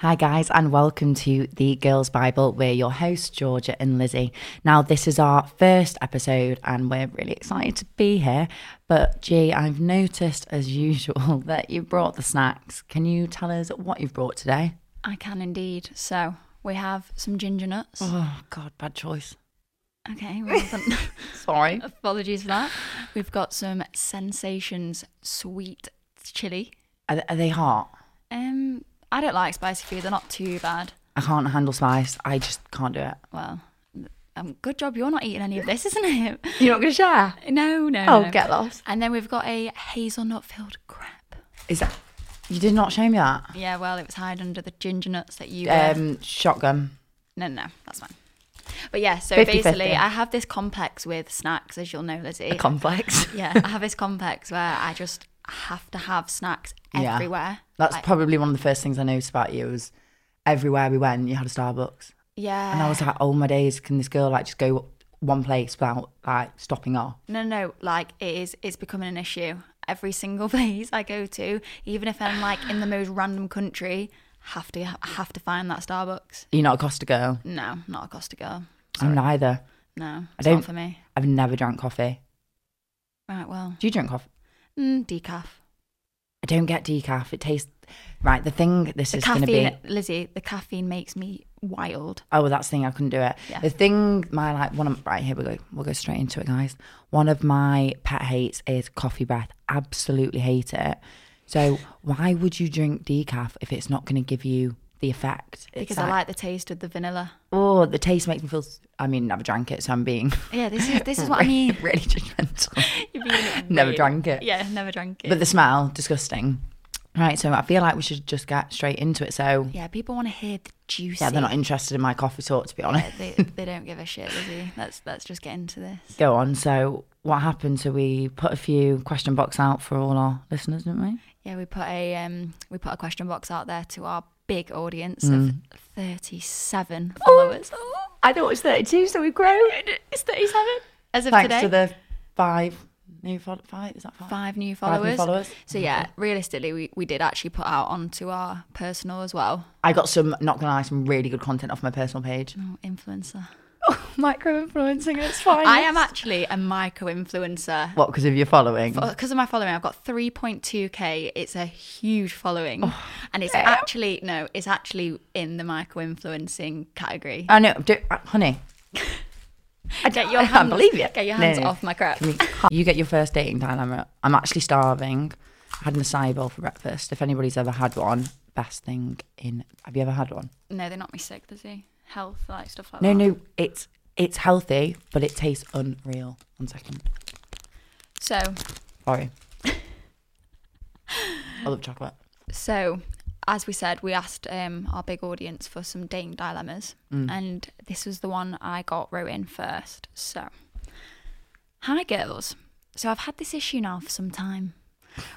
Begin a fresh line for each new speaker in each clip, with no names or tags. Hi, guys, and welcome to the Girls Bible. We're your hosts, Georgia and Lizzie. Now, this is our first episode, and we're really excited to be here. But, G, I've noticed as usual that you brought the snacks. Can you tell us what you've brought today?
I can indeed. So we have some ginger nuts.
Oh, God, bad choice.
Okay, well done.
Sorry.
apologies for that. We've got some sensations sweet chili.
Are, th- are they hot?
Um, I don't like spicy food. They're not too bad.
I can't handle spice. I just can't do it.
Well, um, good job you're not eating any of this, isn't it?
You're not going to share?
No, no.
Oh,
no.
get lost.
And then we've got a hazelnut filled crepe.
Is that. You did not show me that?
Yeah, well, it was hide under the ginger nuts that you. were-
Um, shotgun.
No, no, no, that's fine. But yeah, so
50-50.
basically, I have this complex with snacks, as you'll know, Lizzie.
Complex.
yeah, I have this complex where I just have to have snacks
Yeah.
everywhere.
That's
Like,
probably one of the first things I noticed about you was everywhere we went, you had a Starbucks,
yeah.
and I was like, oh my days, can this girl like just go one place without like stopping off?
no, no, like it is. It's becoming an issue. Every single place I go to, even if I'm like in the most random country, have to I have to find that Starbucks.
You're not a Costa girl.
No, not a Costa girl.
I'm neither.
No, it's
don't-
not for me.
I've never drank coffee.
Right, well,
Do you drink coffee?
mm, decaf.
I don't get decaf. It tastes right. The thing this
The
is going to be.
caffeine, Lizzie. The caffeine makes me wild.
Oh, well, that's the thing. I couldn't do it.
Yeah.
The thing, my like one of right here we go. We'll go straight into it, guys. One of my pet hates is coffee breath. Absolutely hate it. So why would you drink decaf if it's not going to give you the effect? It's
Because I like the taste of the vanilla.
oh, the taste makes me feel. s- I mean, never drank it, so I'm being.
Yeah, this is this is what I mean.
really judgmental.
You're being
never
really-
drank it.
Yeah, never drank it.
But the smell, disgusting. Right. So I feel like we should just get straight into it. So
Yeah, people want to hear the juicy.
yeah, they're not interested in my coffee talk, to be honest.
they, they don't give a shit, Lizzie. Let's let's just get into this.
go on. So what happened? So we put a few question box out for all our listeners, didn't we?
Yeah, we put a um we put a question box out there to our big audience
Hmm.
of thirty seven followers.
I thought it was 32, so we've grown.
It's thirty seven as of
Thanks
today.
to the five new fo- five. Is that five?
five new
Five
followers.
new followers.
So yeah, realistically, we, we did actually put out onto our personal as well.
I got some. Not gonna lie, some really good content off my personal page.
Oh, influencer.
Micro influencing. It's fine.
I am actually a micro influencer.
What? Because of your following.
because of my following, I've got 3.2k. It's a huge following,
Oh,
and it's actually no, it's actually in the micro influencing category.
I know, do, uh, honey.
I get your
I
hands,
can't believe you.
Get your
No,
hands
no, no.
off my crap.
Can we, you get your first dating dilemma. I'm actually starving. I had an acai bowl for breakfast. If anybody's ever had one, best thing in. Have you ever had one?
No, they're not me sick, does he? Health, like stuff like
No,
that.
no, it's it's healthy, but it tastes unreal. One second.
So,
Sorry. I love chocolate.
so as we said, we asked um, our big audience for some dating dilemmas, and this was the one I got wrote in first. So, hi girls. So I've had this issue now for some time,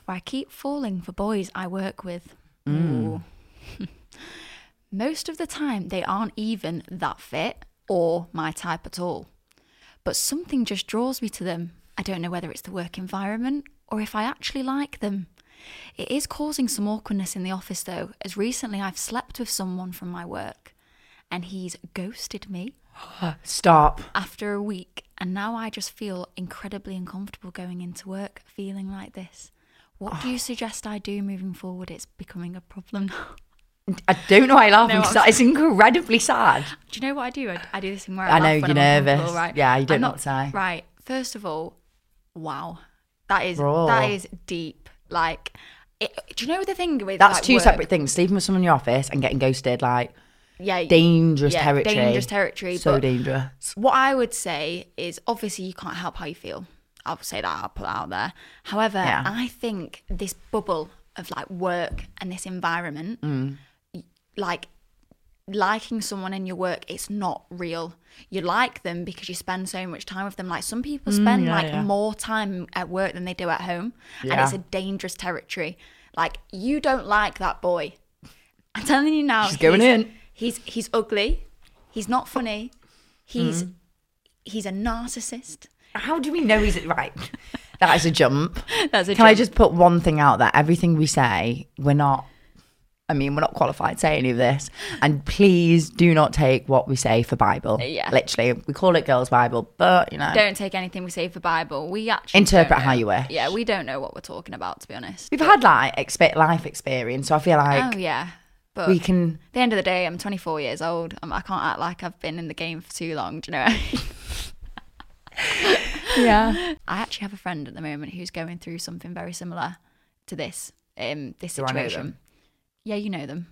where I keep falling for boys I work with. Ooh. Most of the time, they aren't even that fit or my type at all. But something just draws me to them. I don't know whether it's the work environment or if I actually like them. It is causing some awkwardness in the office though, as recently I've slept with someone from my work and he's ghosted me
Stop.
after a week, and now I just feel incredibly uncomfortable going into work feeling like this. What
Ah.
do you suggest I do moving forward? It's becoming a problem now.
I don't know why you're laughing
No,
'cause that is incredibly sad.
Do you know what I do? I, I do this thing where
I
I, laugh
know,
when
you're
I'm
nervous.
uncomfortable, Right?
Yeah, you don't
I'm
know what to say.
Right. First of all, wow, that is
Raw.
that is deep. Like, it, do you know the thing with
That's
like,
two
work?
separate things. Sleeping with someone in your office and getting ghosted, like
Yeah,
dangerous
yeah,
territory.
Dangerous territory.
So
but
dangerous.
what I would say is obviously you can't help how you feel. I'll say that, I'll put that out there. However,
Yeah.
I think this bubble of like work and this environment,
Mm.
y- like liking someone in your work, it's not real. You like them because you spend so much time with them. Like some people spend like
Mm, yeah.
more time at work than they do at home. And
Yeah.
it's a dangerous territory. Like you don't like that boy. I'm telling you now.
She's going
he's-
in.
He's he's ugly. He's not funny. He's
Mm-hmm.
he's a narcissist.
How do we know he's right? that is a jump.
That's a
Can I just put one thing out there? Everything we say, we're not I mean, we're not qualified to say any of this. And please do not take what we say for Bible.
Yeah.
Literally, we call it Girls Bible, but, you know,
Don't take anything we say for Bible. We actually
Interpret
don't know-
how you wish.
Yeah, we don't know what we're talking about to be honest.
we've had like expe- life experience. So I feel like
oh yeah, but
we can.
at the end of the day, I'm 24 years old. I'm, I can't act like I've been in the game for too long. Do you know? what I mean?
Yeah.
I actually have a friend at the moment who's going through something very similar to this. Um, this
Do I know
situation.
them?
Yeah, you know them.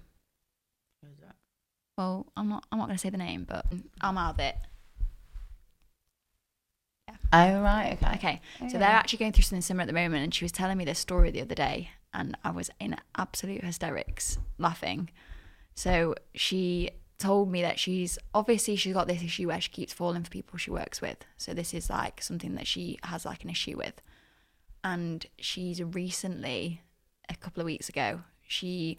Well, I'm not. I'm not going to say the name, but I'm out of it.
Oh, right. Okay.
Okay. So
Yeah.
they're actually going through something similar at the moment, and she was telling me this story the other day, and I was in absolute hysterics laughing. So she told me that she's obviously she's got this issue where she keeps falling for people she works with. So this is like something that she has like an issue with, and she's recently, a couple of weeks ago, she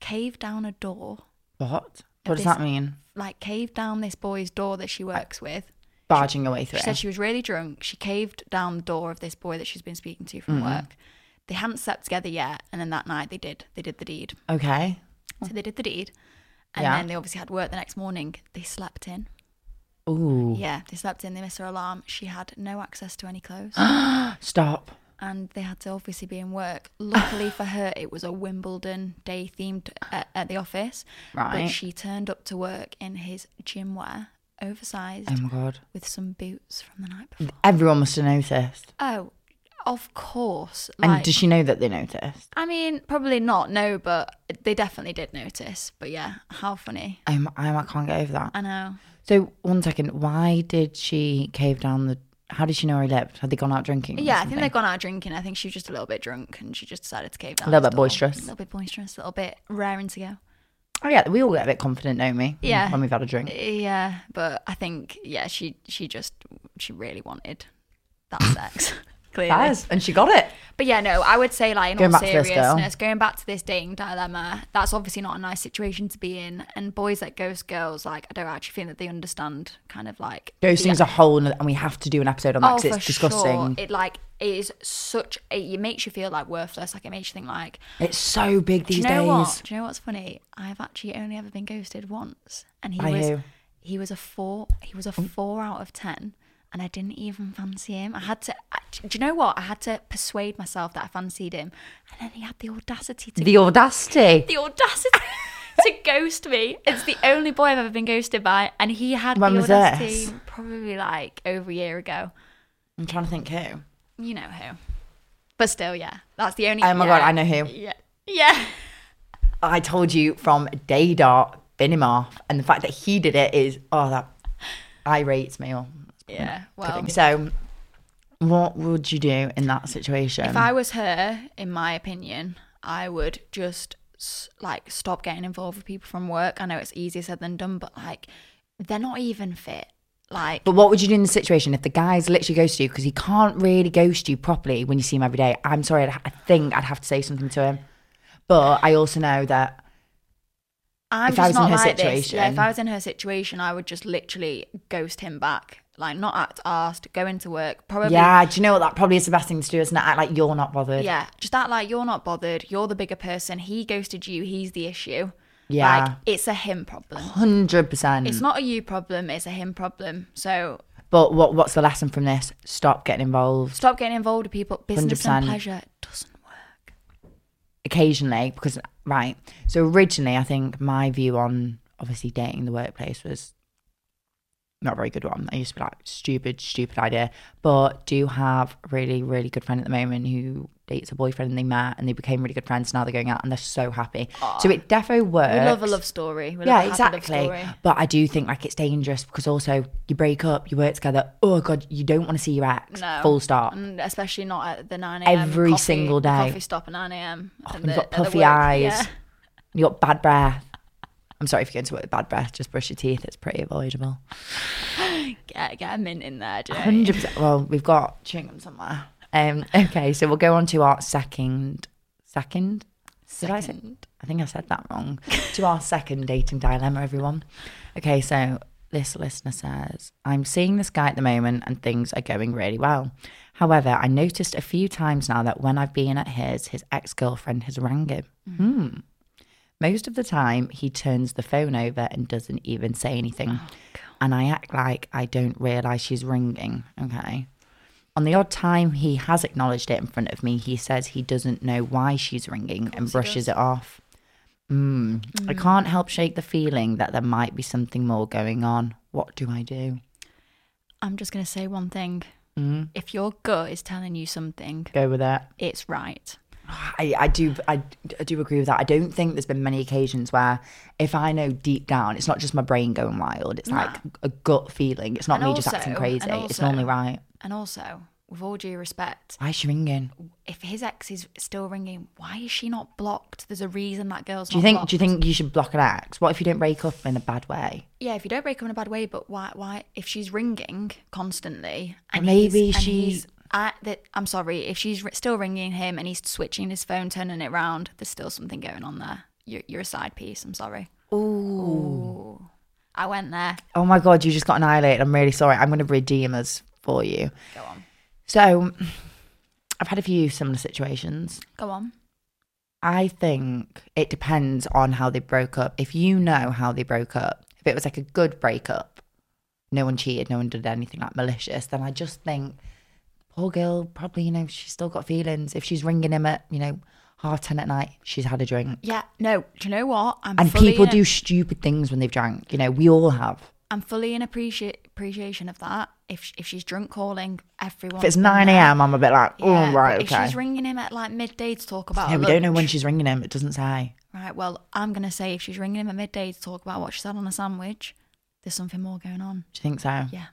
caved down a door,
What? What does
This-
that mean?
like caved down this boy's door that she works with.
Barging your way through
She said
it.
she was really drunk. She caved down the door of this boy that she's been speaking to from
Mm-hmm.
work. They hadn't slept together yet, and then that night they did. They did the deed.
Okay.
So they did the deed, and
Oh. Yeah.
then they obviously had work the next morning. They slept in.
Ooh.
Yeah, they slept in. They missed her alarm. She had no access to any clothes,
Stop.
and they had to obviously be in work. Luckily for her, it was a Wimbledon day themed at, at the office.
Right.
But she turned up to work in his gym wear, oversized,
Oh my God.
with some boots from the night before.
Everyone must have noticed.
Oh, of course.
And
Like,
does she know that they noticed?
I mean, probably not, no, but they definitely did notice. But yeah, how funny.
Um, I, I can't get over that.
I know.
So, one second. Why did she cave down the. How did she know where he lived? Had they gone out drinking? or
Yeah, I think
something?
they've gone out drinking. I think she was just a little bit drunk and she just decided to cave down.
A little
to
bit
the door.
boisterous.
A little bit boisterous, a little bit raring to go.
Oh, yeah. We all get a bit confident, don't we?
Yeah.
When we've had a drink.
Yeah, but I think, yeah, she she just, she really wanted that sex. Clearly.
Yes. And she got it.
But yeah, no, I would say like in
Going
all
back to this girl.
seriousness, going back to this dating dilemma, that's obviously not a nice situation to be in. And boys that ghost girls, like I don't actually think that they understand kind of like
Ghosting's
the- Oh,
a whole, noth- and we have to do an episode on that because
for
it's disgusting.
Sure. It like it is such a, it makes you feel like worthless. Like it makes you think like,
It's so big
do
these
you know what?
days.
Do you know what's funny? I've actually only ever been ghosted once, and he
By
was
who? Um,
he was a four. He was a four out of ten. And I didn't even fancy him. I had to. I, do you know what? I had to persuade myself that I fancied him, and then he had the audacity to
The audacity.
the audacity to ghost me. It's the only boy I've ever been ghosted by, and he had
When
the
was
audacity
this?
probably like over a year ago.
I'm trying to think who.
You know who, but still, yeah, that's the only.
Oh my
yeah.
God, I know who.
Yeah, yeah,
I told you from day dot, bin him off. And the fact that he did it is, oh, that irates me. All.
yeah. Well,
So, what would you do in that situation?
if I was her, in my opinion, I would just s- like stop getting involved with people from work. I know it's easier said than done, but like they're not even fit. Like,
but what would you do in the situation if the guy's literally ghosted you because he can't really ghost you properly when you see him every day? I'm sorry, I'd, I think I'd have to say something to him. But I also know that
I'm
If
just
I was in
not
her
like This. Yeah,
situation-
if I was in her situation, I would just literally ghost him back. Like not act asked, go into work, probably
yeah, do you know what? That probably is the best thing to do, isn't it? Act like you're not bothered.
yeah, just act like you're not bothered, you're the bigger person, he ghosted you, he's the issue.
Yeah. Hmm.
Like it's a him problem.
Hundred percent.
It's not a you problem, it's a him problem. So
But what what's the lesson from this? Stop getting involved
stop getting involved with people. Business
100%.
and pleasure doesn't work.
occasionally because right. So originally, I think my view on obviously dating in the workplace was not a very good one. I used to be like stupid, stupid idea. But do have a really, really good friend at the moment who dates a boyfriend and they met and they became really good friends. Now they're going out and they're so happy. So it defo works.
We love a love story. We love
yeah,
a happy
exactly.
Love story.
But I do think like it's dangerous because also you break up, you work together. Oh god, you don't want to see your ex.
No.
Full stop.
And especially not at the 9 a.m.
Every
coffee-
single day. Oh,
Coffee stop at 9 a.m. at
and you've
the-
got
at the
puffy
work.
eyes.
Yeah.
You got bad breath. I'm sorry if you're going to work with bad breath. Just brush your teeth. It's pretty avoidable.
Get, get a mint in there, Jay.
Hundred percent. Well, we've got chewing gum somewhere. Um. Okay, so we'll go on to our second, second. Did I say? I think I said that wrong. to our second dating dilemma, everyone. Okay, so this listener says, I'm seeing this guy at the moment and things are going really well. However, I noticed a few times now that when I've been at his, his ex girlfriend has rang him. Hmm. Most of the time, he turns the phone over and doesn't even say anything. and I act like I don't realise she's ringing. Okay. On the odd time he has acknowledged it in front of me, he says he doesn't know why she's ringing and
he Hmm.
brushes it off. Mm. I can't help shake the feeling that there might be something more going on. What do I do?
I'm just going to say one thing.
Mm.
If your gut is telling you something,
Go with that.
it's right.
I, I do I, I do agree with that. I don't think there's been many occasions where if I know deep down, it's not just my brain going wild. It's like a gut feeling. It's not
And
me just
also-
acting crazy.
and
it's
also-
normally right.
And also, with all due respect,
Why is she ringing?
if his ex is still ringing, why is she not blocked? There's a reason that girl's
Do you
not
think
blocked.
do you think you should block an ex? What if you don't break up in a bad way?
Yeah, if you don't break up in a bad way, but why? Why if she's ringing constantly? And
Maybe
he's, and
she-
he's- I, that, I'm sorry. If she's r- still ringing him and he's switching his phone, turning it round, there's still something going on there. You're, you're a side piece. I'm sorry. Ooh. I went there.
Oh my god, you just got annihilated. I'm really sorry. I'm gonna redeem us for you.
Go on.
So I've had a few similar situations.
Go on.
I think it depends on how they broke up. If you know how they broke up, if it was like a good breakup, no one cheated, no one did anything like malicious, then I just think poor girl probably, you know, she's still got feelings. If she's ringing him at, you know, half 10 at night, she's had a drink.
Yeah. No. Do you know what? I'm
And
fully
people
in a-
do stupid things when they've drank. You know, we all have.
I'm fully in appreciate appreciation of that. If sh- if she's drunk calling everyone.
If it's 9 a.m., I'm a bit like, oh, right,
If
okay.
she's ringing him at like midday to talk about.
Yeah,
a
we don't know
lunch,
when she's ringing him. It doesn't say.
Right, well, I'm going to say if she's ringing him at midday to talk about what she's had on a sandwich, there's something more going on.
Do you think so?
Yeah.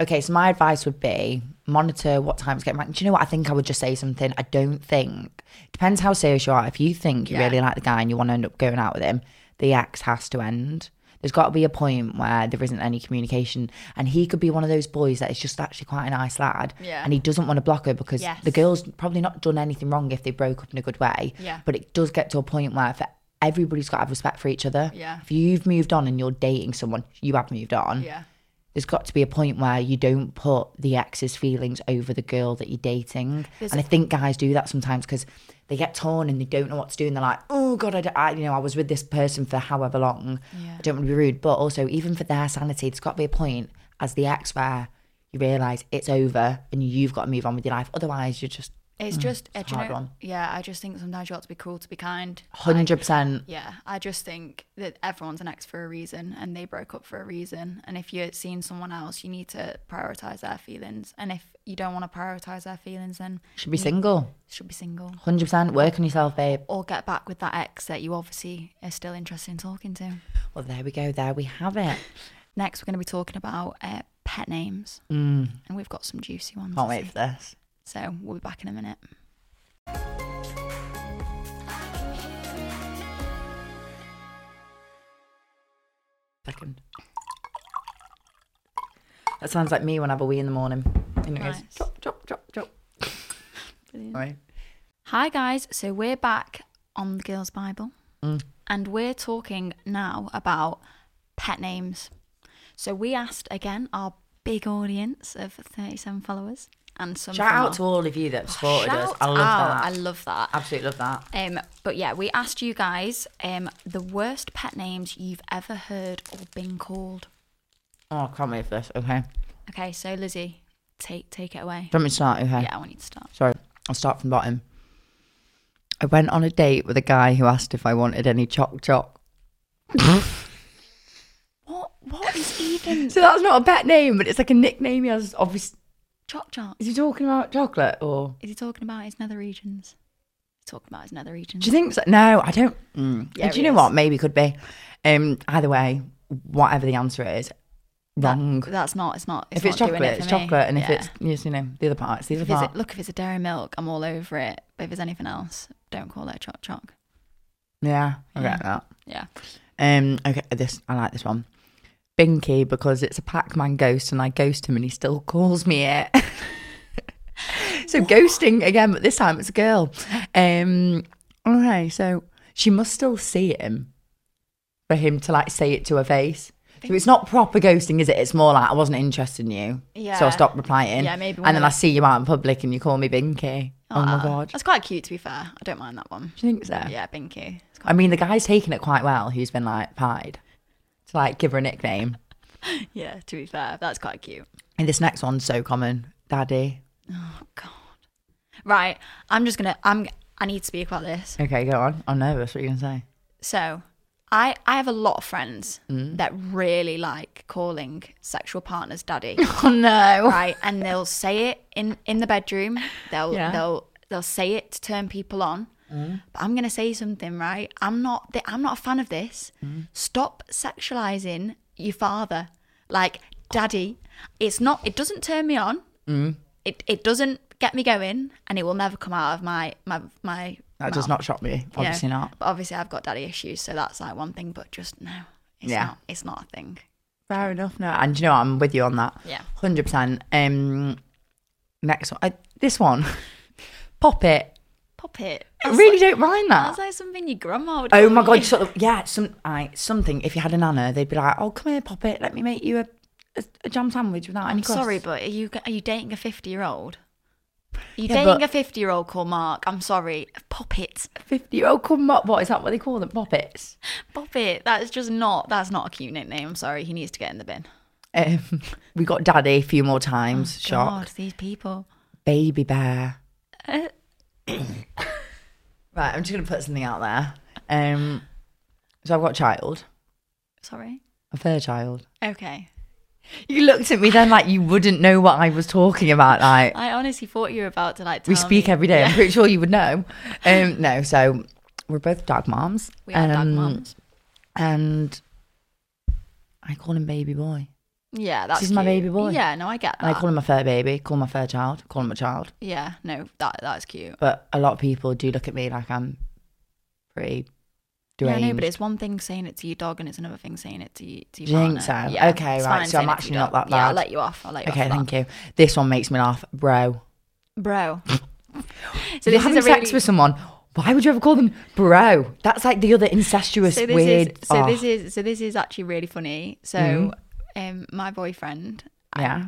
Okay, so my advice would be monitor what time's getting back. Do you know what? I think I would just say something. I don't think depends how serious you are. If you think you
Yeah.
really like the guy and you want to end up going out with him, the ex has to end. There's got to be a point where there isn't any communication, and he could be one of those boys that is just actually quite a nice lad,
Yeah.
and he doesn't want to block her because
Yes.
the girl's probably not done anything wrong if they broke up in a good way.
Yeah.
But it does get to a point where for everybody's got to have respect for each other.
Yeah.
If you've moved on and you're dating someone, you have moved on
Yeah.
there's got to be a point where you don't put the ex's feelings over the girl that you're dating.
There's-
and I think guys do that sometimes because they get torn and they don't know what to do, and they're like, "Oh God, I, d- I- you know, I was with this person for however long.
Yeah.
I don't want to be rude, but also even for their sanity, there's got to be a point as the ex where you realise it's over and you've got to move on with your life. Otherwise, you're just
It's just, eh, it's
Mm, hard one.
yeah, I just think sometimes you ought to be cruel to be kind.
hundred percent.
Yeah, I just think that everyone's an ex for a reason and they broke up for a reason. And if you're seeing someone else, you need to prioritize their feelings. And if you don't want to prioritize their feelings, then
Should be single.
you should be single
Hundred percent. Work on yourself, babe.
or get back with that ex that you obviously are still interested in talking to.
Well, there we go. There we have it.
Next, we're going to be talking about uh, pet names. And we've got some juicy ones.
Mm, Can't
this
wait for this.
So we'll be back in a minute.
Second. That sounds like me when I have a wee in the morning. And it goes
Nice.
chop, chop, chop, chop. Right.
Hi guys, so we're back on the Girls Bible,
Mm.
and we're talking now about pet names. So we asked again our big audience of 37 followers and some
Shout
from
out to
our-
all of you that supported us.
Shout
I love
out.
that.
I love that.
Absolutely love that.
Um, but yeah, we asked you guys um, the worst pet names you've ever heard or been called.
Oh, I can't wait for this. Okay. Do
Okay, so Lizzie, take take it away.
you want me to start? Okay.
Yeah, I want you to start.
Sorry. I'll start from bottom. I went on a date with a guy who asked if I wanted any choc choc.
What what is even
So that's not a pet name, but it's like a nickname he has. Obviously,
Chop Chop?
is he talking about chocolate or?
Is he talking about his nether regions? He's talking about his nether regions.
Do you think so? No, I don't. Mm.
Yeah,
Do you
it
know
is.
what? Maybe could be. Um, either way, whatever the answer is,
That-
wrong.
that's not. It's not. It's
if it's
not doing
chocolate,
it for
it's
me.
chocolate, and if
Yeah.
it's yes, you know the other part, it's the other
If it's-
part.
look, if it's a dairy milk, I'm all over it. But if it's anything else, don't call it Chop Chop.
yeah, I get
Yeah.
that.
Yeah.
Um, okay, this I like this one. Binky because it's a Pac-Man ghost, and I ghost him, and he still calls me it. so ghosting again, but this time it's a girl. Um, okay, so she must still see him for him to like say it to her face. So it's not proper ghosting, is it? It's more like I wasn't interested in you, so
Yeah.
I stopped replying.
Yeah, maybe one
And then
of
I see you out in public, and you call me Binky. Oh my
Aw,
God.
That's quite cute, to be fair. I don't mind that one.
Do you think so?
Yeah, Binky. It's quite,
I mean, the guy's taken it quite well. Who's been like pied to like give her a nickname.
yeah, to be fair. That's quite cute.
And this next one's so common, Daddy.
God. Right. I'm just going to, I'm, I need to speak about this.
Okay, go on. I'm nervous. What are you gonna say?
So I, I have a lot of friends
Mm.
that really like calling sexual partners daddy.
Oh no.
right and they'll say it in in the bedroom they'll
Yeah. Mm.
they'll they'll say it to turn people on but i'm gonna say something right i'm not th- i'm not a fan of this
Mm.
stop sexualizing your father like daddy it's not it doesn't turn me on
Mm.
it it doesn't get me going and it will never come out of my my my
That does
mouth,
not shock me.
you know?
Obviously not.
but obviously i've got daddy issues so that's like one thing but just no it's
Yeah.
not it's not a thing
Fair enough. No, and you know what? I'm with you on that.
Yeah.
hundred percent. Um, next one. I, this one, pop it.
pop it
I
That's
really
like-
don't mind
that's
that.
like something your grandma would
Oh
call
my
you.
god! Sort of. Yeah. Some. I something. If you had a nana, they'd be like, "Oh, come here, pop it. Let me make you a a, a jam sandwich without any."
I'm
crust."
sorry, but are you are you dating a fifty year old? You
Yeah,
dating
but-
a fifty year old called Mark? I'm sorry, pop it,
Fifty. Oh, come up. What is that? What they call them? Poppets.
pop it. That's just not that's not a cute nickname. I'm sorry, he needs to get in the bin.
Um, we got daddy a few more times. Shock.
God, these people.
Baby bear.
Uh,
Right. I'm just gonna put something out there. Um, so I've got a child.
sorry.
A fair child.
Okay.
You looked at me then like you wouldn't know what I was talking about. Like
I honestly thought you were about to like. Tell
we speak
me.
every day. I'm pretty sure you would know. Um, no, so we're both dog moms.
We are dog
um,
mums.
and I call him baby boy.
Yeah, that's
is my
cute.
baby boy.
Yeah, no, I get
And I
that.
call him a fur baby. Call him a fur child. Call him a child.
yeah, no, that that's cute.
But a lot of people do look at me like I'm pretty
Yeah,
deranged.
no, but it's one thing saying it to your dog, and it's another thing saying it to you, to your
Do you think
partner.
so?
Yeah,
Okay,
it's
right,
fine
so I'm
saying it to
actually
your
not
dog.
that
Yeah, I'll
bad.
let you off. I'll let you off.
okay,
for that.
thank you. This one makes me laugh, bro.
bro.
So you're having sex with someone. Why would you ever call them bro? That's like the other incestuous
so this
weird.
is so
oh, Mm-hmm.
this is so this is actually really funny. So um, my boyfriend.
yeah.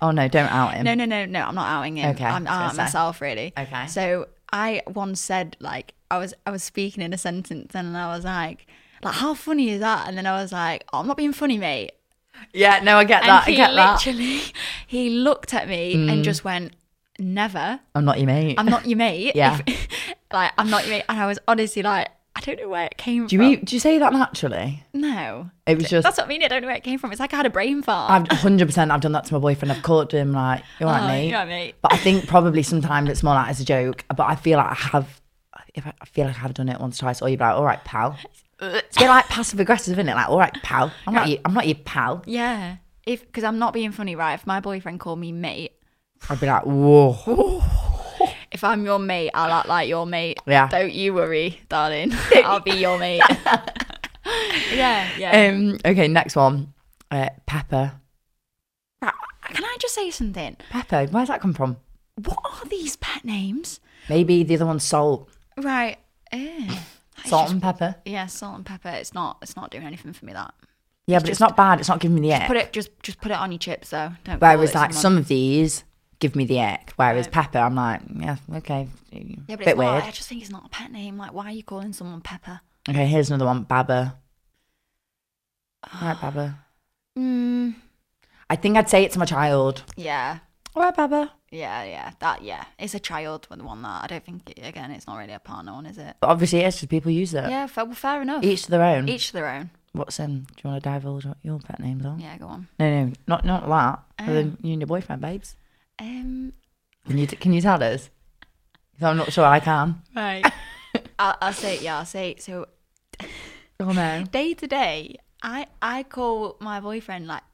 Oh no, don't out him.
No, no, no, no. I'm not outing him.
Okay, I was
I'm
gonna
out
say.
myself really.
Okay.
So I once said like I was I was speaking in a sentence and I was like like how funny is that? And then I was like oh, I'm not being funny, mate.
Yeah, no, I get
And
that. I
he
get that. Mm.
literally he looked at me and just went never.
I'm not your mate.
I'm not your mate.
Yeah.
If- like I'm not your mate. And I was honestly like I don't know where it came
do you
from.
mean, do you say that naturally?
no.
It was just
That's what I mean. I don't know where it came from. It's like I had a brain fart.
I've 100. percent I've done that to my boyfriend. I've called him like, "You alright,
Oh,
mate?"
you alright, mate?
But I think probably sometimes it's more like as a joke. But I feel like I have. If I, I feel like I have done it once, twice, or you're like, "All right, pal." It's a bit like passive aggressive, isn't it? Like, "All right, pal." I'm not. Your, I'm not your pal.
yeah. If because I'm not being funny, right? If my boyfriend called me mate,
I'd be like, "Whoa."
if I'm your mate, I'll act like your mate.
Yeah.
Don't you worry, darling. I'll be your mate. yeah, yeah.
Um. Okay. Next one. Uh, Pepper.
Right,
Um,
Can I just say something?
Pepper. Where's that come from?
What are these pet names?
Maybe the other one's salt.
Right. eh, it's
Salt
just-
and pepper.
yeah, salt and pepper. It's not. It's not doing anything for me. That.
Yeah, but it's not bad. It's not giving me the ick.
Put it. Just. Just put it on your chips, though. Don't. call
Whereas
it
like
someone-
some of these give me the ick. Whereas pepper, I'm like, yeah, okay,
Yeah, but
bit
it's not,
weird.
I just think it's not a pet name. Like, why are you calling someone Pepper?
Okay, here's another one, Baba. All right, Baba.
Mm,
I think I'd say it to my child.
yeah,
All right, Baba.
yeah, yeah. That, yeah. It's a child with one that I don't think. Again, it's not really a partner one, is it?
But obviously, it's just people use it.
Yeah, fair, well, fair enough. Each,
Each to their own.
to their own.
Watson, do you want to divulge what your pet names are?
Yeah, go on.
No, no, not not that.
Oh.
Other than you and your boyfriend, babes.
Um,
Can you can you tell us? 'Cause I'm not sure I can.
right. I'll, I'll say it. Yeah, I'll say it. So
Oh no.
day to day, I I call my boyfriend like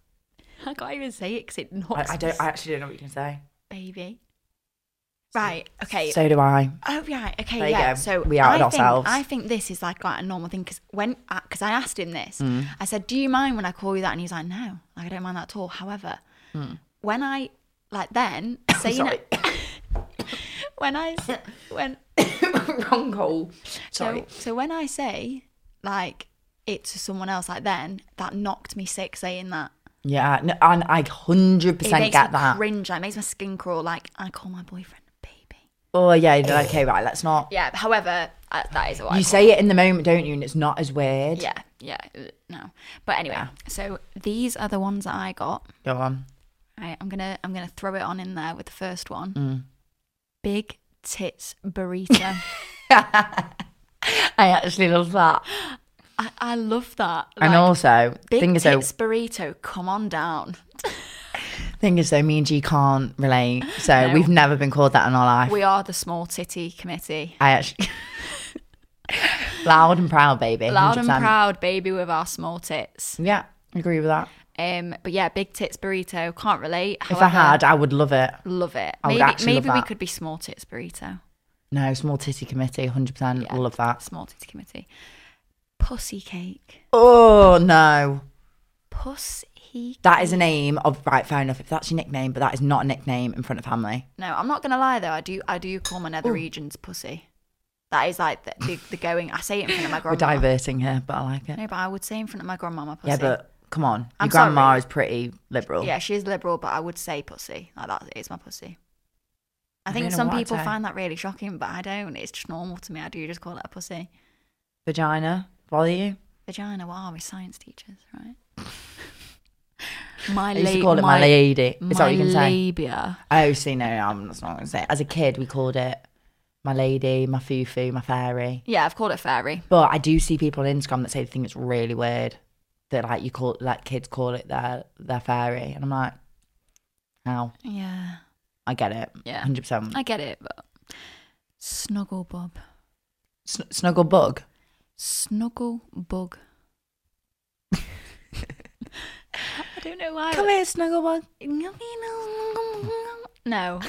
I can't even say it because it
I,
knocks
I don't. I actually don't know what you can say.
baby. Right. Okay.
So do I.
Oh right, okay,
There you
yeah.
go.
So
We outed
I
ourselves.
Think, I think this is like quite a normal thing because when because I asked him this,
Hmm.
I said, "Do you mind when I call you that?" And he's like, "No, like I don't mind that at all." However, when I like then saying
Hmm. Sorry.
it, when I s- when
Wrong hole.
so, so when I say like it to someone else, like then that knocked me sick saying that.
Yeah, no, and I hundred
It
percent
makes
get
me
that.
cringe. Like, it makes my skin crawl. Like I call my boyfriend baby.
Oh yeah, you're like, okay, right. Let's not.
Yeah. However, uh, that is what I
You
call
say it in the moment, don't you? And it's not as weird.
it. Yeah. Yeah. uh, No. But anyway, so these are the ones that I got.
Go on.
Right, I'm gonna I'm gonna throw it on in there with the first one.
Mm.
Big tits burrito.
I actually love that.
I, I love that.
and
Like,
also,
Big
thing is, though,
tits burrito, come on down.
thing is, though, me and G can't relate. So
No.
we've never been called that in our life.
We are the small titty committee.
I actually. loud and proud, baby.
Loud and
100%.
proud, baby, with our small tits.
Yeah, agree with that.
Um, but yeah, big tits burrito. Can't relate.
If I
however,
had, I would love it.
love it.
would
Maybe
actually love
maybe we
that.
could be small tits burrito.
No, small titty committee, 100%.
Yeah.
Love that.
Small titty committee. Pussy cake.
Oh, no.
Pussy.
That is a name of, right, fair enough, if that's your nickname, but that is not a nickname in front of family.
No, I'm not gonna lie though. I do I do call my nether regions pussy. That is like the, the, the going. I say it in front of my
We're
grandma.
diverting here, but I like it.
No, but I would say in front of my grandmama pussy.
Yeah, but come on. Your
I'm
grandma
sorry.
is pretty liberal.
Yeah, she is liberal, but I would say pussy. Like that is my pussy. I
I
think
don't know
some
what I'd
people
say.
find that really shocking, but I don't. It's just normal to me. I do just call it a pussy.
Vagina, bother you?
Vagina. What are we, science teachers, right? my
I used to
la-
call it my, lady. Is that
my
what you can say?
labia.
Oh, see, no, I'm that's not going to say. it. As a kid, we called it my lady, my fufu, my fairy.
Yeah, I've called it fairy.
But I do see people on Instagram that say the thing that's really weird that like you call like kids call it their their fairy, and I'm like, how?
Yeah,
I get it,
yeah.
hundred percent.
I get it, but snuggle bob.
Sn- Snuggle bug.
Snuggle bug. I don't know why.
Come here, snuggle bug.
No,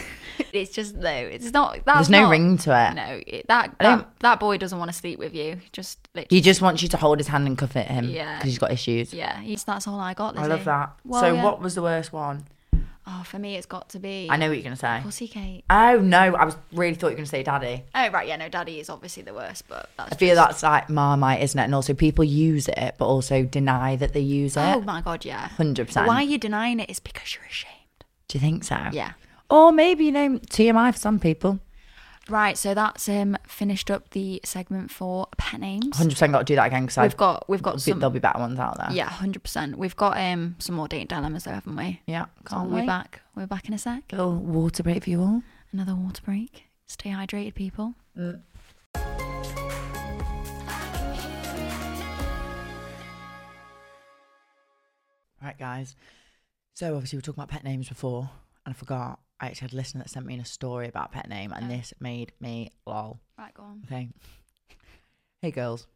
it's just no. It's not. That's
There's no
not-
ring to it.
No, it, that
I don't-
that, that boy doesn't want to sleep with you. Just literally,
He just wants you to hold his hand and cuff it him because
Yeah.
he's got issues.
yeah. He's, that's all I got.
I
Lizzie.
love that.
Well,
so
yeah.
what was the worst one?
Oh, for me, it's got to be
I know what you're gonna say.
pussy cake.
Oh no, I was really thought you were gonna say daddy.
Oh right, yeah. No, daddy is obviously the worst, but that's
I feel
just-
that's like marmite, isn't it? And also people use it, but also deny that they use
Oh
it.
my god, yeah.
Hundred
But
percent.
Why you're denying it is because you're ashamed.
Do you think so?
Yeah.
Or maybe you know TMI for some people.
Right, so that's um finished up the segment for pet names.
Hundred percent got to do that again because
We've
I've
got we've got some
there'll be better ones out there.
yeah, hundred percent. We've got um some more date dilemmas though, haven't we?
yeah.
So
Can't
we're
wait.
back. We're back in a sec.
Little water break for you all.
Another water break. Stay hydrated, people.
Right, guys. So obviously we were talking about pet names before, and I forgot. I actually had a listener that sent me in a story about a pet name, and
Oh.
this made me lol.
Right, go on.
Okay. Hey, girls.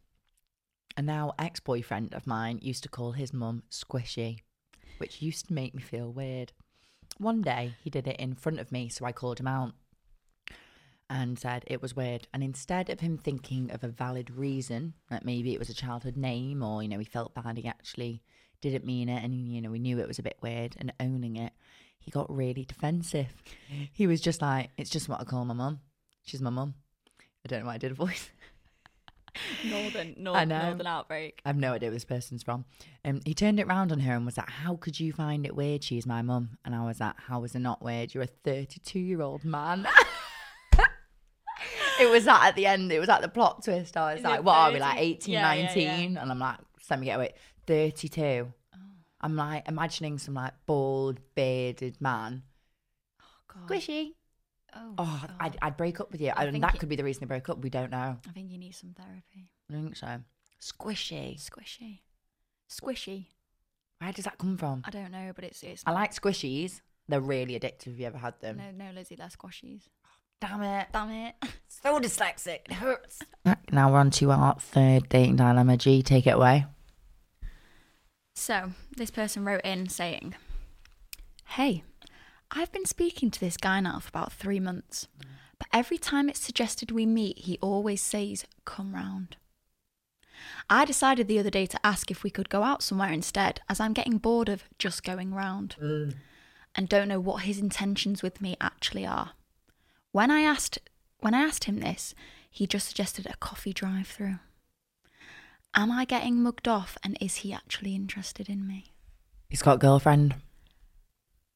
A now ex boyfriend of mine used to call his mum Squishy, which used to make me feel weird. One day he did it in front of me, so I called him out and said it was weird. And instead of him thinking of a valid reason, that maybe it was a childhood name or, you know, he felt bad, he actually didn't mean it and, you know, we knew it was a bit weird and owning it, he got really defensive. He was just like, it's just what I call my mum. She's my mum. I don't know why I did a voice.
Northern
I know. northern
outbreak.
I have no idea where this person's from. Um, he turned it round on her and was like, How could you find it weird? She's my mum. And I was like, How is it not weird? You're a 32 year old man. it was that at the end. It was like the plot twist. I was
Is it
like, What are we,
30?
like 18,
Yeah, yeah,
19?
yeah.
And I'm like, Just Let me get away. 32.
Oh.
I'm like imagining some like bald, bearded man.
God.
Squishy.
Oh,
Oh,
God.
I'd, I'd break up with you.
I
and
think
that
it-
could be the reason they broke up. We don't know.
I think you need some therapy.
I don't think so. Squishy.
Squishy. Squishy.
Where does that come from?
I don't know, but it's it's
I like squishies. They're really addictive if you ever had them.
no no Lizzie, they're squashies.
Damn it.
Damn it.
So dyslexic. It hurts. Now we're on to our third dating dilemma. G, take it away.
So, this person wrote in saying, Hey, I've been speaking to this guy now for about three months, but every time it's suggested we meet, he always says, Come round. I decided the other day to ask if we could go out somewhere instead, as I'm getting bored of just going round and don't know what his intentions with me actually are. When I asked when I asked him this, he just suggested a coffee drive-through. Am I getting mugged off and is he actually interested in me?
He's got a girlfriend.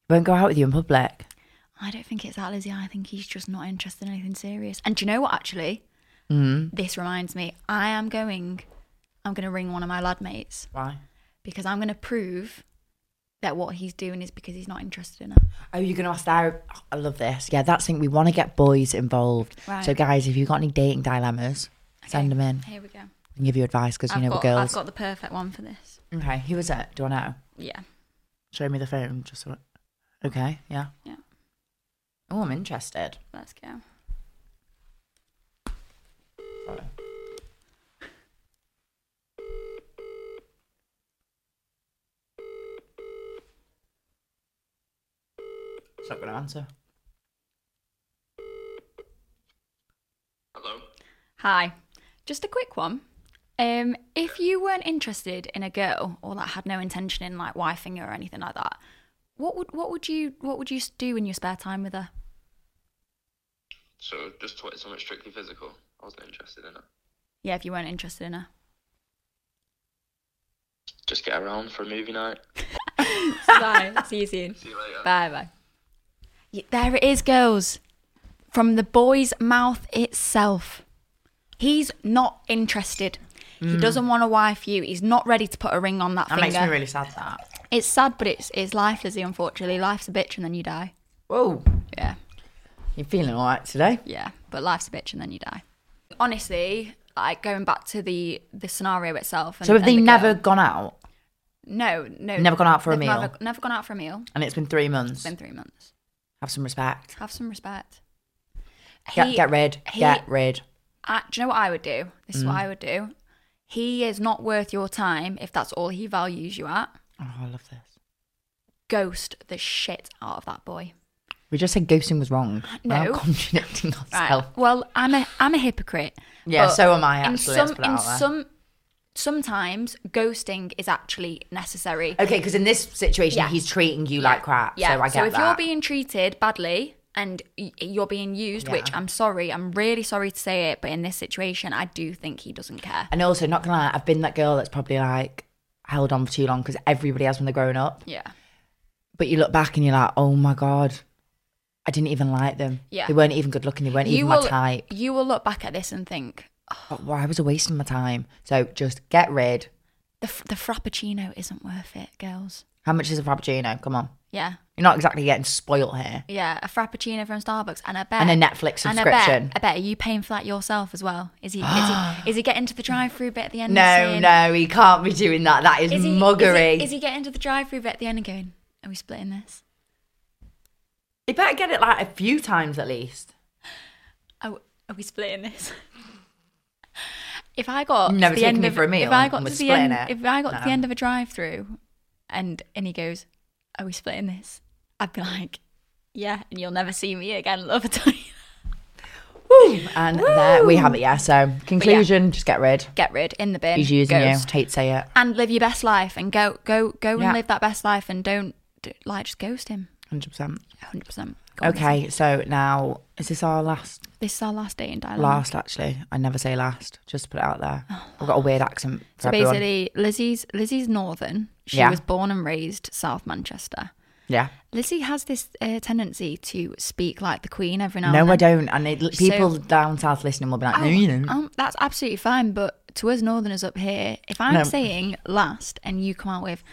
Won't go out with you in public.
I don't think it's that, Lizzie. I think he's just not interested in anything serious. And do you know what, actually? This reminds me. I am going, I'm going to ring one of my lad mates
Why?
because I'm going to prove that what he's doing is because he's not interested in it.
Oh, you're going to ask their. oh, I love this. Yeah, that's thing. We want to get boys involved.
Right.
So, guys, if you've got any dating dilemmas, send them in
Here we go.
and give you advice because you
I've
know
got,
we're
I've
girls.
got the perfect one for this.
Okay, who was it? Do I know?
Yeah.
Show me the phone. Just so I- okay. Yeah.
Yeah.
Oh, I'm interested.
Let's go.
Sorry. It's not going to answer.
Hello.
Hi. Just a quick one. Um, if you weren't interested in a girl or that had no intention in like wifing her or anything like that, what would what would you what would you s- do in your spare time with her?
So just to something strictly physical. I wasn't interested in it.
Yeah, if you weren't interested in her.
Just get around for a movie night.
Bye. See you soon.
See you later.
Bye bye. There it is, girls. From the boy's mouth itself. He's not interested. He doesn't want to wife you. He's not ready to put a ring on that,
Hmm. That
finger.
makes me really sad. That.
it's sad, but it's it's life, Lizzie. Unfortunately, life's a bitch, and then you die.
Whoa,
Yeah,
you're feeling all right today.
yeah. But life's a bitch, and then you die. Honestly, like going back to the the scenario itself. And,
So have
and
they
the
never
girl-
gone out?
no, no,
never gone out for a
they've
meal?
Never, never gone out for a meal.
And it's been three months.
It's been three months.
Have some respect.
Have some respect.
Get,
He-
get rid.
he-
get Mm. rid.
I, do you know what I would do? This is what I would do. He is not worth your time if that's all he values you at.
Oh, I love this.
Ghost the shit out of that boy.
We just said ghosting was wrong. We're now
No.
contradicting
Right.
ourselves.
Well, I'm a I'm a hypocrite.
Yeah,
but
so am I,
In
actually,
some,
let's put it
in
out there.
some, sometimes ghosting is actually necessary.
Okay, because in this situation,
Yeah.
he's treating you like crap.
Yeah.
So I get
if
that.
you're being treated badly and y- you're being used, which
Yeah.
I'm sorry, I'm really sorry to say it, but in this situation, I do think he doesn't care.
And also, not gonna lie, I've been that girl that's probably like held on for too long because everybody has when they're grown up.
Yeah.
But you look back and you're like, oh my god, I didn't even like them.
Yeah.
they weren't even good looking. They weren't even my type.
You will look back at this and think
But why was I wasting my time? So just get rid.
the f- the frappuccino isn't worth it, girls.
How much is a frappuccino? Come on,
Yeah,
you're not exactly getting spoilt here.
yeah, a frappuccino from Starbucks and I bet
And a Netflix
And I bet,
subscription.
I bet are you paying for that yourself as well? Is he is he, is he getting to the drive-through bit at the end? and
No,
saying-
no, he can't be doing that. That is,
Is he,
muggery.
Is he, is he getting to the drive-through bit at the end and going, "Are we splitting this?
he better get it like a few times at least.
Are, we- are we splitting this?" If I got
Never
to the
taken
end
me
of
for a meal
if I
and
got
we're
to the
splitting
end,
it.
if I got to the
No.
end of a drive-through, and and he goes, "Are we splitting this?" I'd be like, "Yeah," and you'll never see me again, love. I tell you.
Woo! And there we have it. Yeah. So conclusion, just get rid.
Get rid in the bin.
He's using
ghost.
you. Hate to say it.
and live your best life and go go go
Yeah.
and live that best life and don't d like just ghost him
Hundred percent.
100% Go on,
Okay, so now is this our last?
Lizzie. this is our last day in dialogue
Last, actually, I never say last. Just to put it out there. I've got a weird accent for
Oh, so
everyone.
basically lizzie's lizzie's northern she
Yeah.
was born and raised south manchester
yeah.
lizzie has this uh, tendency to speak like the queen every now
No,
and
I
oh, then
don't. And it, people down south listening will be like, "No, you don't."
um, that's absolutely fine but to us northerners up here if i'm
No.
saying last and you come out with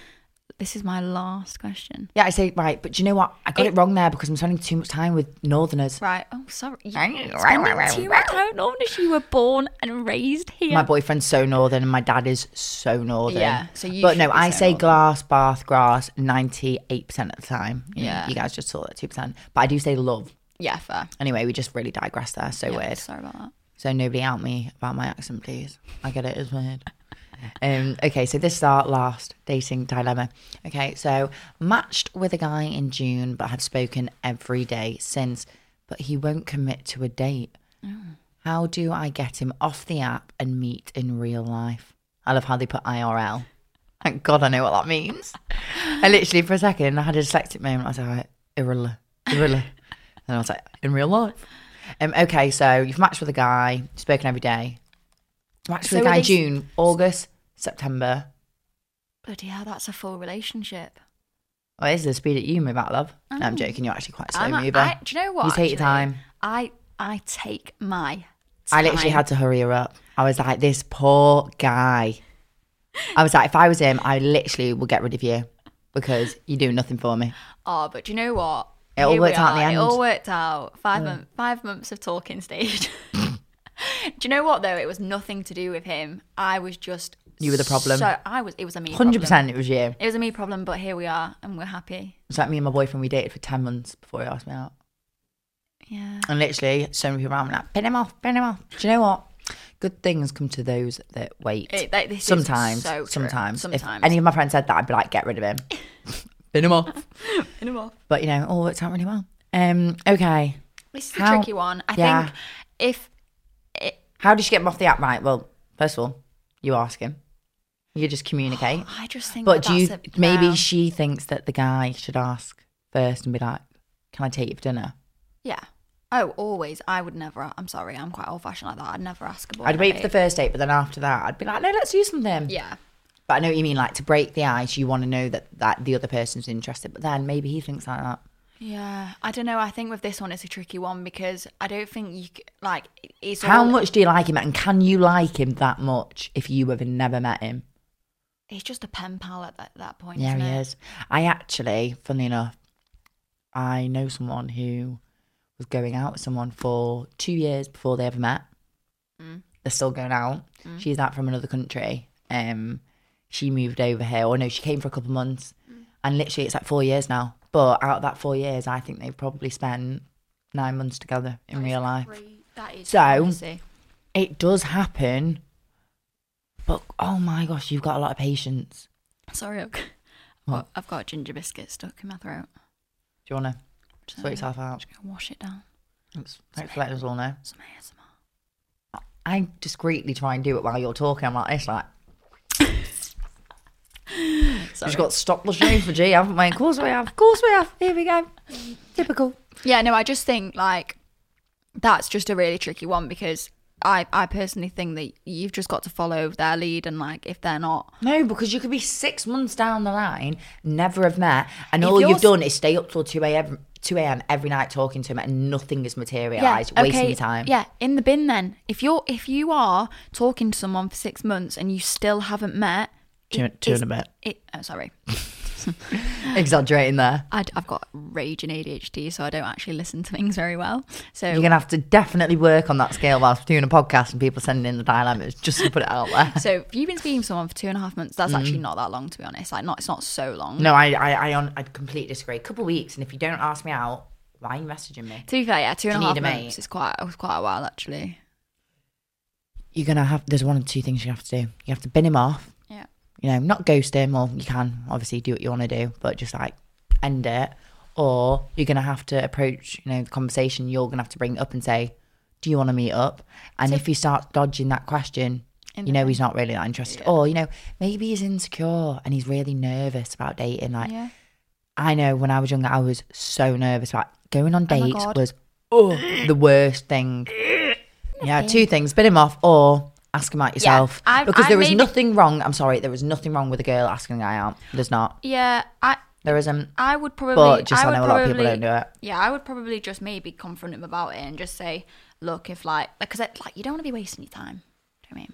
this is my last question
Yeah, I say right, but do you know what? I got it, wrong there because I'm spending too much time with Northerners.
Right. Oh, sorry. You, it's you. I don't know if you were born and raised here.
My boyfriend's so northern, and my dad is so northern.
Yeah, so you
but no,
should be
I
so
say
northern.
glass, bath, grass, ninety-eight percent of the time. You know,
Yeah.
you guys just saw that two percent, but I do say love.
yeah, fair.
Anyway, we just really digress there. So
Yeah,
weird.
Sorry about that.
So nobody out me about my accent, please. I get it, it's weird. Um, okay, so this is our last dating dilemma. Okay, so matched with a guy in June, but have spoken every day since, but he won't commit to a date. How do I get him off the app and meet in real life? I love how they put IRL. Thank God I know what that means. I literally, for a second, I had a dyslexic moment. I was like, irrilla, irrilla. and I was like, in real life. Um, okay, so you've matched with a guy, spoken every day. Matched with
So
a
are
guy
they-
June, August, September.
Bloody hell, that's a full relationship.
Well, this is the speed that you move at, love. No, I'm joking. You're actually quite a slow
Ah. I'm a-
mover.
I- do you know what?
You take your
actually?
time.
I I take my.
I literally
time.
had to hurry her up. I was like, this poor guy. I was like, if I was him, I literally would get rid of you because you do nothing for me.
Oh, but do you know what?
It all
Here we
worked out in
are.
the end. Mm.
It all worked out. Five month, five months of talking stage. do you know what though? It was nothing to do with him. I was just
You were the problem.
So I was. It was a me. problem.
100% it was you.
It was a me problem, but here we are, and we're happy.
It's like me and my boyfriend, we dated for 10 months before he asked me out.
Yeah.
And literally, so many people around me like, pin him off, pin him off. Do you know what? Good things come to those that wait.
It- that- this is
sometimes,
so true.
sometimes.
Sometimes.
If any of my friends said that, I'd be like, get rid of him. pin him off.
In a while.
But, you know, it all worked out really well. Um, okay.
This is
How-
a tricky one. I
Yeah.
think if it,
How did you get him off the app? Right. Well, first of all, you ask him. You just communicate.
I just think,
but
that
do you
that's a-
maybe
well,
she thinks that the guy should ask first and be like, "Can I take you for dinner?"
yeah. Oh, always. I would never. I'm sorry. I'm quite old fashioned like that. I'd never ask a boy.
I'd
on a
wait for the
date.
first date, but then after that, I'd be like, "No, let's do something."
Yeah.
But I know what you mean. Like to break the ice, you want to know that that the other person's interested. But then maybe he thinks like that.
Yeah, I don't know. I think with this one, it's a tricky one because I don't think you c- like it's
How
all,
much do you like him, and can you like him that much if you have never met him?
It's just a pen pal at that, that point.
Yeah,
isn't
he
it?
is. I actually, funnily enough, I know someone who was going out with someone for two years before they ever met. They're still going out. She's out from another country. Um, she moved over here, or no, she came for a couple months, and literally it's like four years now. But out of that four years, I think they've probably spent nine months together in real life.
That is
So-
crazy.
It does happen, but oh my gosh, you've got a lot of patience.
Sorry, I've got,
What?
I've got a ginger biscuit stuck in my throat.
Do you want to
Just,
sort yourself out?
just gonna wash it down.
Thanks thanks for letting us all know.
Some ASMR.
I discreetly try and do it while you're talking. I'm like this, like
Sorry.
we've got to stop the show for G, haven't we? Of course we have. Of course we have. Here we go. Typical.
Yeah, no, I just think like that's just a really tricky one because I I personally think that you've just got to follow their lead and like if they're not
No, because you could be six months down the line, never have met, and
If
all
you're
you've
s-
done is stay up till two a.m. two a.m. every night talking to him, and nothing has materialised, wasting your time.
Yeah, in the bin then. If you're if you are talking to someone for six months and you still haven't met,
Two-
it
two and
is-
a bit.
It, oh, sorry,
exaggerating there.
I, have got raging ADHD, so I don't actually listen to things very well. So
You're gonna have to definitely work on that scale whilst doing a podcast and people sending in the dilemmas just to put it out there.
so if you've been speaking to someone for two and a half months, that's actually not that long to be honest. Like, not it's not so long.
Mm. No, I, I, I, on, I completely disagree. A couple of weeks, and if you don't ask me out, why are you messaging me?
To be fair, yeah, two and a
you
half
need a mate?
months is quite it was quite a while actually.
you're gonna have there's one of two things you have to do. You have to bin him off,
Yeah.
you know, not ghost him, or you can obviously do what you want to do, but just like end it. Or you're gonna have to approach, you know, the conversation. You're gonna have to bring it up and say, "Do you want to meet up?" And if he starts dodging that question,
In
you
the
know he's not really that interested. Or you know, maybe he's insecure and he's really nervous about dating. Like
Yeah.
I know when I was younger, I was so nervous. Like going on
my
dates
God.
was oh the worst thing. yeah, two things: bit him off or ask him out yourself.
I-
because
I
there was
maybe-
nothing wrong. I'm sorry, there was nothing wrong with a girl asking a guy out. There's not.
Yeah, I
There isn't.
I would probably
But just I,
would
know a lot of people
probably-
don't do it.
Yeah, I would probably just maybe confront him about it and just say, look, if like, because like, you don't want to be wasting your time. Do you know what I mean?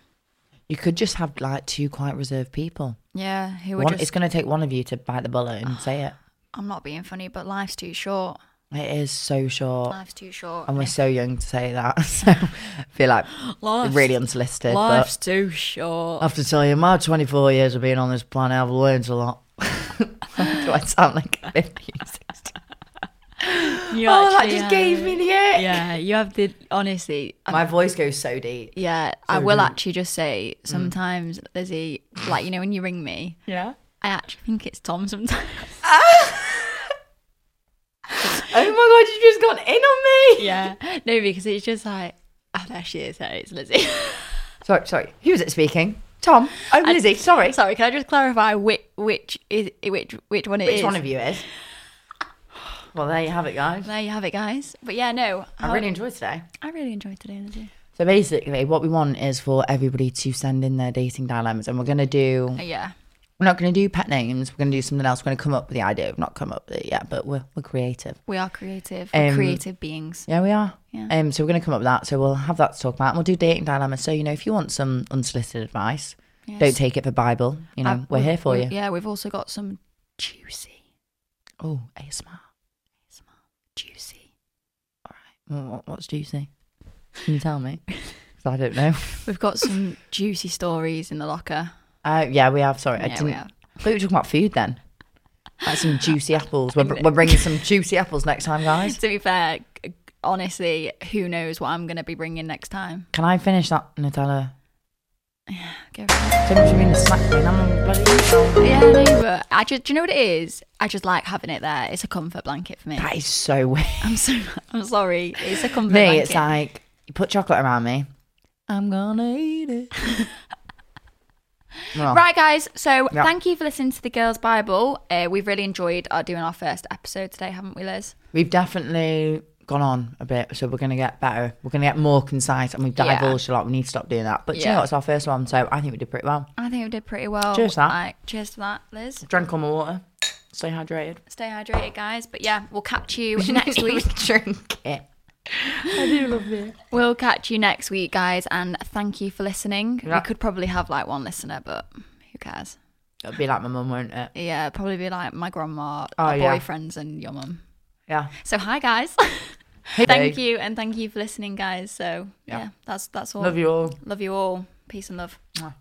You could just have like two quite reserved people.
Yeah, who would
One,
just?
It's going to take one of you to bite the bullet and say it.
I'm not being funny, but life's too short.
It is so short,
Life's too short.
and we're so young to say that. So I feel like
Life's-
really unsolicited. but-
life's too short.
I have to tell you, my 24 years of being on this planet, I've learned a lot. Do I sound like 50?
You
Oh, that
actually
just
have-
gave me the ick.
Yeah, you have the honestly. I-
My voice goes so Mm. deep.
yeah, I will actually just say sometimes, Lizzie, like you know when you ring me,
Yeah.
I actually think it's Tom sometimes.
Oh my god, you've just gone in on me.
yeah, no, because it's just like, oh, there she is, there it's Lizzie.
Sorry, sorry. Who was it speaking? Tom. Oh, Lizzie. sorry.
Sorry, can I just clarify which which is which which one it is?
Which one of you is? Well, there you have it, guys.
There you have it, guys. But yeah, no,
I really enjoyed today.
I really enjoyed today, Lizzie.
So basically, what we want is for everybody to send in their dating dilemmas, and we're gonna do
Uh, yeah,
We're not going to do pet names. We're going to do something else. We're going to come up with the idea. We've not come up with it yet, but we're, we're creative.
We are creative. We're
Um,
creative beings.
Yeah, we are.
Yeah.
Um, so we're going to come up with that. So we'll have that to talk about. And we'll do dating dilemmas. So, you know, if you want some unsolicited advice,
Yes.
don't take it for Bible. You know,
I've-
we're
we've-
here for
we-
you.
Yeah, we've also got some juicy,
Oh, ASMR.
juicy.
Well, what- What's juicy? Can you tell me? 'Cause I don't know.
We've got some juicy stories in the locker.
Uh, yeah, we have. Sorry, I
Yeah,
didn't.
we have.
I thought we were talking about food then. Like some juicy apples. We're, we're bringing some juicy apples next time, guys.
To be fair, g- honestly, who knows what I'm going to be bringing next time?
Can I finish that, Nutella?
Go for it.
So much of being a snack thing. I'm bloody.
Yeah, no, but I just, do you know what it is? I just like having it there. It's a comfort blanket for me.
That is so weird.
I'm so, I'm sorry. It's a comfort
me,
blanket.
it's like you put chocolate around me. I'm gonna eat it. Well,
Right, guys. So
Yeah.
thank you for listening to the Girls Bible. Uh, we've really enjoyed our, doing our first episode today, haven't we, Liz?
We've definitely gone on a bit, so we're gonna get better. We're gonna get more concise, and we've
Yeah.
divulged a lot. We need to stop doing that. But do you know
Yeah.
what? It's our first one, so I think we did pretty well.
I think we did pretty well.
Cheers to that.
Like, cheers to that, Liz.
Drank all my water. Stay hydrated.
Stay hydrated, guys. But yeah, we'll catch you next week.
Drink it.
We'll catch you next week, guys. And thank you for listening.
Yeah.
We could probably have like one listener, but who cares?
It'll be like my mum, won't it?
Yeah, it'd probably be like my grandma,
Oh,
my
yeah.
boyfriends, and your mum.
Yeah.
So hi, guys. thank you, and thank you for listening, guys. So yeah, that's that's all.
Love you all.
Love you all. Peace and love.
Mwah.